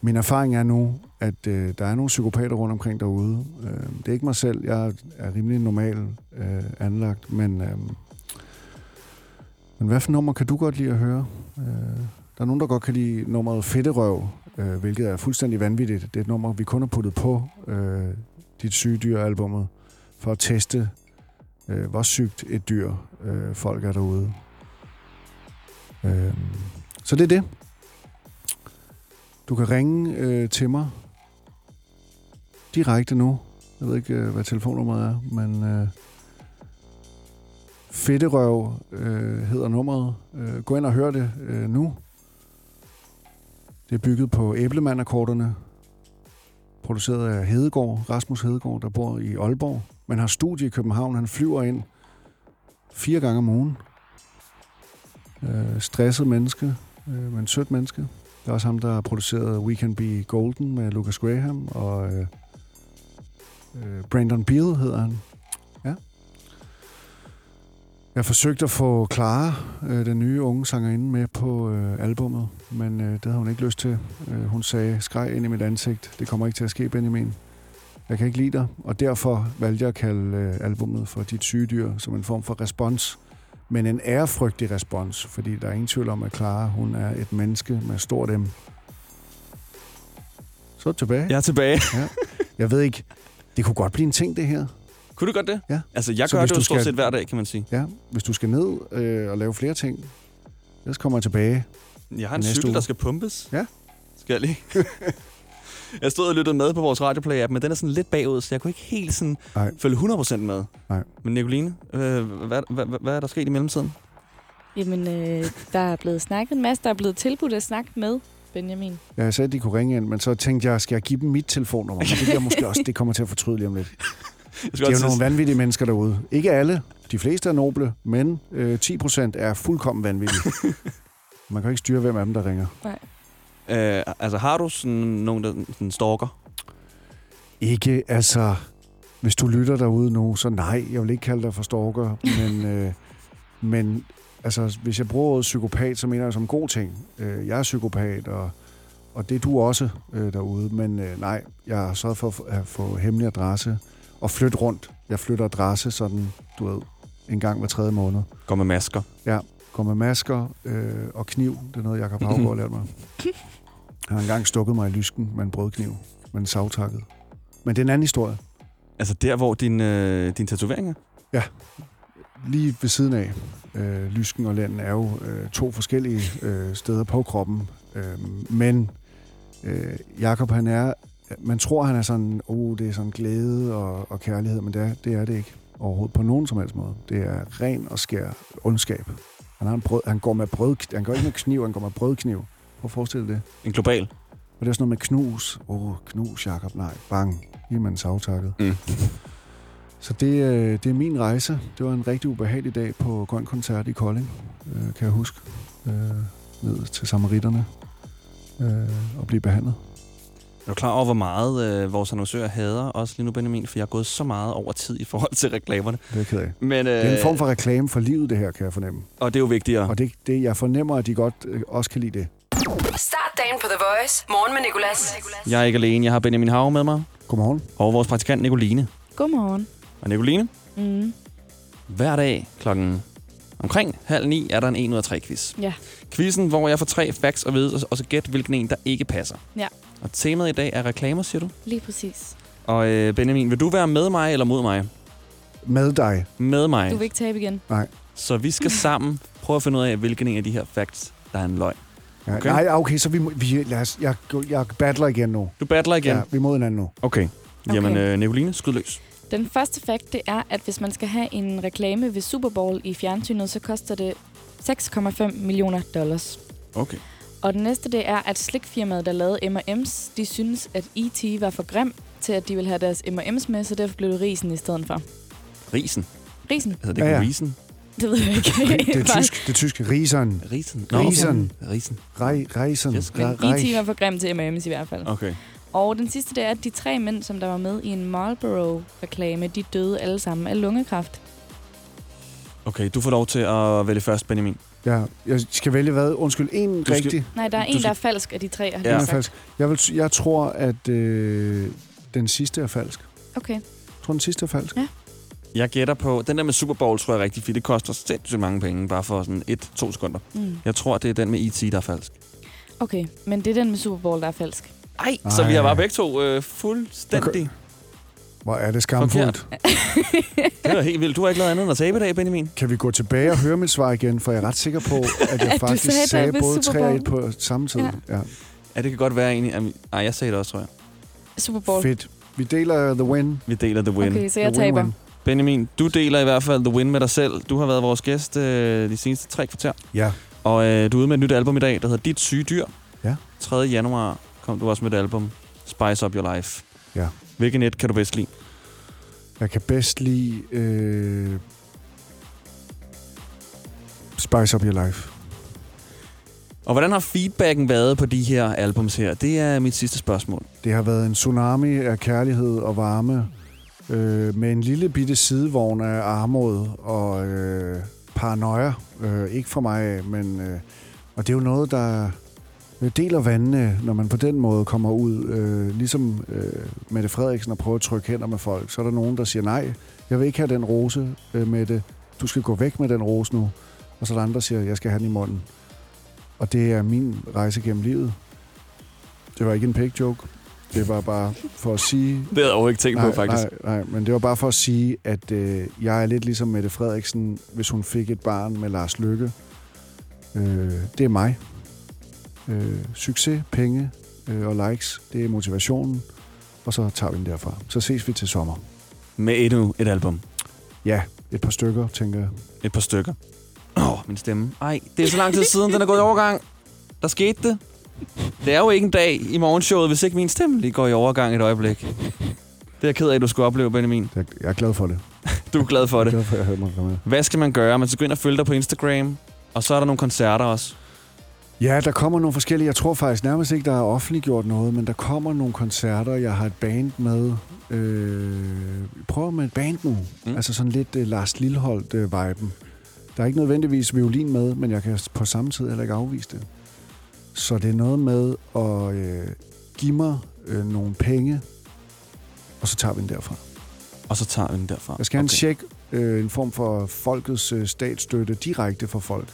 min erfaring er nu, at øh, der er nogle psykopater rundt omkring derude. Øh, det er ikke mig selv, jeg er rimelig normal øh, anlagt, men, øh, men hvad for nummer kan du godt lide at høre? Øh, der er nogen, der godt kan lide nummeret Fedterøv, øh, hvilket er fuldstændig vanvittigt. Det er et nummer, vi kun har puttet på øh, dit syge dyr-albummet, for at teste, øh, hvor sygt et dyr øh, folk er derude. Øh, så det er det. Du kan ringe øh, til mig direkte nu. Jeg ved ikke, øh, hvad telefonnummeret er, men øh, Fedterøv øh, hedder nummeret. Øh, gå ind og hør det øh, nu. Det er bygget på æblemandakkorterne, produceret af Hedegaard, Rasmus Hedegaard, der bor i Aalborg, men har studie i København. Han flyver ind fire gange om ugen. Øh, stresset menneske, øh, men sødt menneske. Det er også ham, der har produceret We Can Be Golden med Lucas Graham og øh, øh, Brandon Beal hedder han. Ja. Jeg forsøgte at få Clara, øh, den nye unge sangerinde, med på øh, albummet, men øh, det havde hun ikke lyst til. Øh, hun sagde, skreg ind i mit ansigt, det kommer ikke til at ske, Benjamin. Jeg kan ikke lide dig, og derfor valgte jeg at kalde øh, albummet for Dit sygedyr som en form for respons men en ærefrygtig respons, fordi der er ingen tvivl om, at Clara, hun er et menneske med stort M. Så er du tilbage. Jeg er tilbage. (laughs) Ja. Jeg ved ikke, det kunne godt blive en ting, det her. Kunne du godt det? Ja. Altså, jeg Så gør hvis det jo du stort skal- set hver dag, kan man sige. Ja, hvis du skal ned øh, og lave flere ting, ellers kommer jeg tilbage. Jeg har en Næste cykel, uge. der skal pumpes. Ja. Skal jeg lige? (laughs) jeg stod og lyttede med på vores radioplay-app, men den er sådan lidt bagud, så jeg kunne ikke helt sådan Nej. følge 100% med. Nej. Men Nicoline, øh, hvad, hvad, hvad, hvad er der sket i mellemtiden? Jamen, øh, der er blevet snakket en masse. Der er blevet tilbudt at snakke med Benjamin. Ja, jeg sagde, at de kunne ringe ind, men så tænkte jeg, skal jeg give dem mit telefonnummer? Men det bliver måske også, det kommer til at fortryde lige om lidt. Det er jo også nogle sige- vanvittige mennesker derude. Ikke alle. De fleste er noble, men øh, 10 procent er fuldkommen vanvittige. Man kan ikke styre, hvem af dem, der ringer. Nej. Øh, altså, har du sådan nogen, der sådan stalker? Ikke, altså... Hvis du lytter derude nu, så nej, jeg vil ikke kalde dig for stalker, men, øh, men altså, hvis jeg bruger ordet psykopat, så mener jeg det som en god ting. Øh, jeg er psykopat, og, og det er du også øh, derude, men øh, nej, jeg har sørget for at få- at få hemmelig adresse og flytte rundt. Jeg flytter adresse sådan, du ved, en gang hver tredje måned. Går med masker. Ja, går med masker øh, og kniv. Det er noget, Jacob Havgaard lærte mig. Han har engang stukket mig i lysken med en brødkniv, med en savtakket. Men det er en anden historie. (laughs) Altså, der hvor din, øh, din tatovering er? Ja, lige ved siden af. Øh, lysken og lænden er jo øh, to forskellige øh, steder på kroppen. Øh, men øh, Jakob, han er... Man tror, han er sådan, oh, det er sådan glæde og, og kærlighed, men det er, det er det ikke overhovedet på nogen som helst måde. Det er ren og skær ondskab. Han, har en brød, han går med brød, han går ikke med kniv, han går med brødkniv. Prøv at forestille dig det. En global? Og det er sådan noget med knus. Åh, oh, knus, Jacob. Nej, bang. I mands aftakket. Mm. Så det, øh, det er min rejse. Det var en rigtig ubehagelig dag på Grøn Koncert i Kolding, øh, kan jeg huske. Øh, ned til samaritterne øh, og blive behandlet. Er du klar over, hvor meget øh, vores annoncører hader os lige nu, Benjamin? For jeg er gået så meget over tid i forhold til reklamerne. Det er jeg ked af. Men, øh, Det er en form for reklame for livet, det her, kan jeg fornemme. Og det er jo vigtigere. Og det, det, jeg fornemmer, at de godt øh, også kan lide det. Start dagen på The Voice. Morgen med Nicolas. Jeg er ikke alene. Jeg har Benjamin Hav med mig. Godmorgen. Og vores praktikant Nicoline. (laughs) Godmorgen. Og Nicoline, Mm. hver dag klokken omkring halv ni er der en 1 ud af 3 quiz. Ja. Quizzen, hvor jeg får tre facts at vide, og- og så gæt, hvilken en, der ikke passer. ja, Og temaet i dag er reklamer, siger du? lige præcis. Og øh, Benjamin, vil du være med mig eller mod mig? Med dig. Med mig. Du vil ikke tabe igen. Nej. Så vi (laughs) skal sammen prøve at finde ud af, hvilken en af de her facts, der er en løgn. Ja, okay. Nej, okay, så vi, må- vi lad os, jeg, jeg battler igen nu. Du battler igen? Ja, vi er mod hinanden nu. Okay. Jamen, øh, Nicoline, skyd løs. Den første fakt, det er, at hvis man skal have en reklame ved Super Bowl i fjernsynet, så koster det 6,5 millioner dollars. Okay. Og den næste, det er, at slikfirmaet, der lavede M&M's, de synes, at E.T. var for grim til, at de ville have deres M&M's med, så derfor blev det risen i stedet for. Risen. Risen? Hedder det ikke Ja, ja, ja. ja. risen? Det ved jeg ikke. Det er Bare- tysk, det er tysk. Riseren. Risen. Nå, Riseren. Risen. Mm. Rej, rejsen. Yes, Men E.T. E var for grim til M&M's i hvert fald. Okay. Og den sidste, det er, at de tre mænd, som der var med i en Marlboro-reklame, de døde alle sammen af lungekræft. Okay, du får lov til at vælge først, Benjamin. Ja, jeg skal vælge hvad? Undskyld, en skal- rigtig. Nej, der er en, Du der er falsk af de tre, har Ja. ja. Den er sagt. falsk. Jeg, vil, jeg tror, at øh, den sidste er falsk. Okay. Jeg tror, den sidste er falsk. Ja. Jeg gætter på, den der med Super Bowl, tror jeg er rigtig fint. Det koster sindssygt mange penge, bare for sådan et, to sekunder. Mm. Jeg tror, det er den med IT, der er falsk. Okay, men det er den med Super Bowl, der er falsk. Ej, Ej. Så vi har bare begge to øh, fuldstændig Hvor er det skamfuldt. (laughs) Det er helt vildt. Du har ikke lavet andet end at tabe i dag, Benjamin. Kan vi gå tilbage og høre mit svar igen? For jeg er ret sikker på, at jeg At du faktisk sagde, der sagde, sagde ved både Super 3 og 1 Bowl. på samme tid. Ja. Ja. Ja. (laughs) Ja, det kan godt være egentlig. at vi- Ej, jeg sagde det også, tror jeg. Super Bowl. Fedt. Vi deler the win. Vi deler the win. Okay, så jeg The win-win. taber. Benjamin, du deler i hvert fald the win med dig selv. Du har været vores gæst øh, de seneste tre kvarter. Ja. Og øh, du er ude med et nyt album i dag, der hedder Dit syge dyr. Ja. 3. januar kom du også med et album, Spice Up Your Life. Ja. Hvilken et kan du bedst lide? Jeg kan bedst lide øh, Spice Up Your Life. Og hvordan har feedbacken været på de her albums her? Det er mit sidste spørgsmål. Det har været en tsunami af kærlighed og varme, øh, med en lille bitte sidevogn af armod og øh, paranoia. Øh, ikke fra mig, af, men... Øh, og det er jo noget, der øh, deler vandene, når man på den måde kommer ud. Øh, ligesom øh, Mette Frederiksen og prøver at trykke hænder med folk, så er der nogen, der siger, nej, jeg vil ikke have den rose, øh, Mette. Du skal gå væk med den rose nu. Og så er der andre, der siger, jeg skal have den i munden. Og det er min rejse gennem livet. Det var ikke en pig joke. Det var bare for at sige... Det havde jeg overhovedet ikke tænkt nej, på, faktisk. Nej, nej, men det var bare for at sige, at øh, jeg er lidt ligesom Mette Frederiksen, hvis hun fik et barn med Lars Lykke. Øh, det er mig. Øh, succes, penge øh, og likes, det er motivationen. Og så tager vi den derfra. Så ses vi til sommer. Med endnu et album. Ja, et par stykker, tænker jeg. Et par stykker. Åh, oh, min stemme. Ej, det er så lang tid siden, den er gået i overgang. Der skete det. Det er jo ikke en dag i morgenshowet, hvis ikke min stemme lige går i overgang et øjeblik. Det er jeg ked af, at du skulle opleve, Benjamin. Jeg er glad for det. Du er glad for det. Jeg er glad for, at jeg hørte mig komme med. Hvad skal man gøre? Man skal gå ind og følge dig på Instagram. Og så er der nogle koncerter også. Ja, der kommer nogle forskellige. Jeg tror faktisk nærmest ikke, der er offentliggjort noget, men der kommer nogle koncerter. Jeg har et band med. Øh, vi prøver med et band nu. Mm. Altså sådan lidt øh, Lars Lilholdt-viben. der er ikke nødvendigvis violin med, men jeg kan på samme tid heller ikke afvise det. Så det er noget med at øh, give mig øh, nogle penge, og så tager vi den derfra. Og så tager vi den derfra. Jeg skal have okay. en check, øh, en form for folkets øh, statsstøtte direkte fra folk.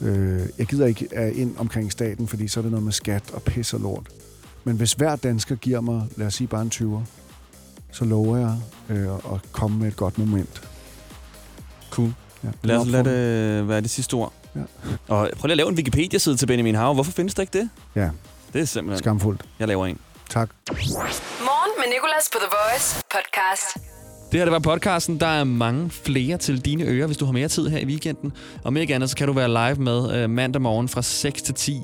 Øh, jeg gider ikke øh, ind omkring staten, fordi så er det noget med skat og pis og lort. Men hvis hver dansker giver mig, lad os sige bare en 20'er, så lover jeg øh, at komme med et godt moment. Cool. Ja, Lad os en lade opfordring. det øh, være det sidste ord. Ja. Og prøv lige at lave en Wikipedia-side til Benjamin Hav. Hvorfor findes der ikke det? Ja. Det er simpelthen... Skamfuldt. Jeg laver en. Tak. Morgen med Nicolas på The Voice podcast. Det her, det var podcasten. Der er mange flere til dine ører, hvis du har mere tid her i weekenden. Og mere gerne, så kan du være live med øh, mandag morgen fra 6 til 10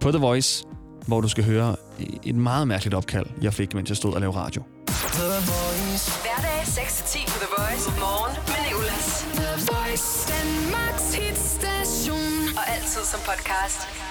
på The Voice, hvor du skal høre et meget mærkeligt opkald, jeg fik, mens jeg stod og lavede radio. The Voice. Hverdag 6-10 på The Voice. Morgen med Nicolas. The Voice. Danmarks hitstation. Og altid som podcast.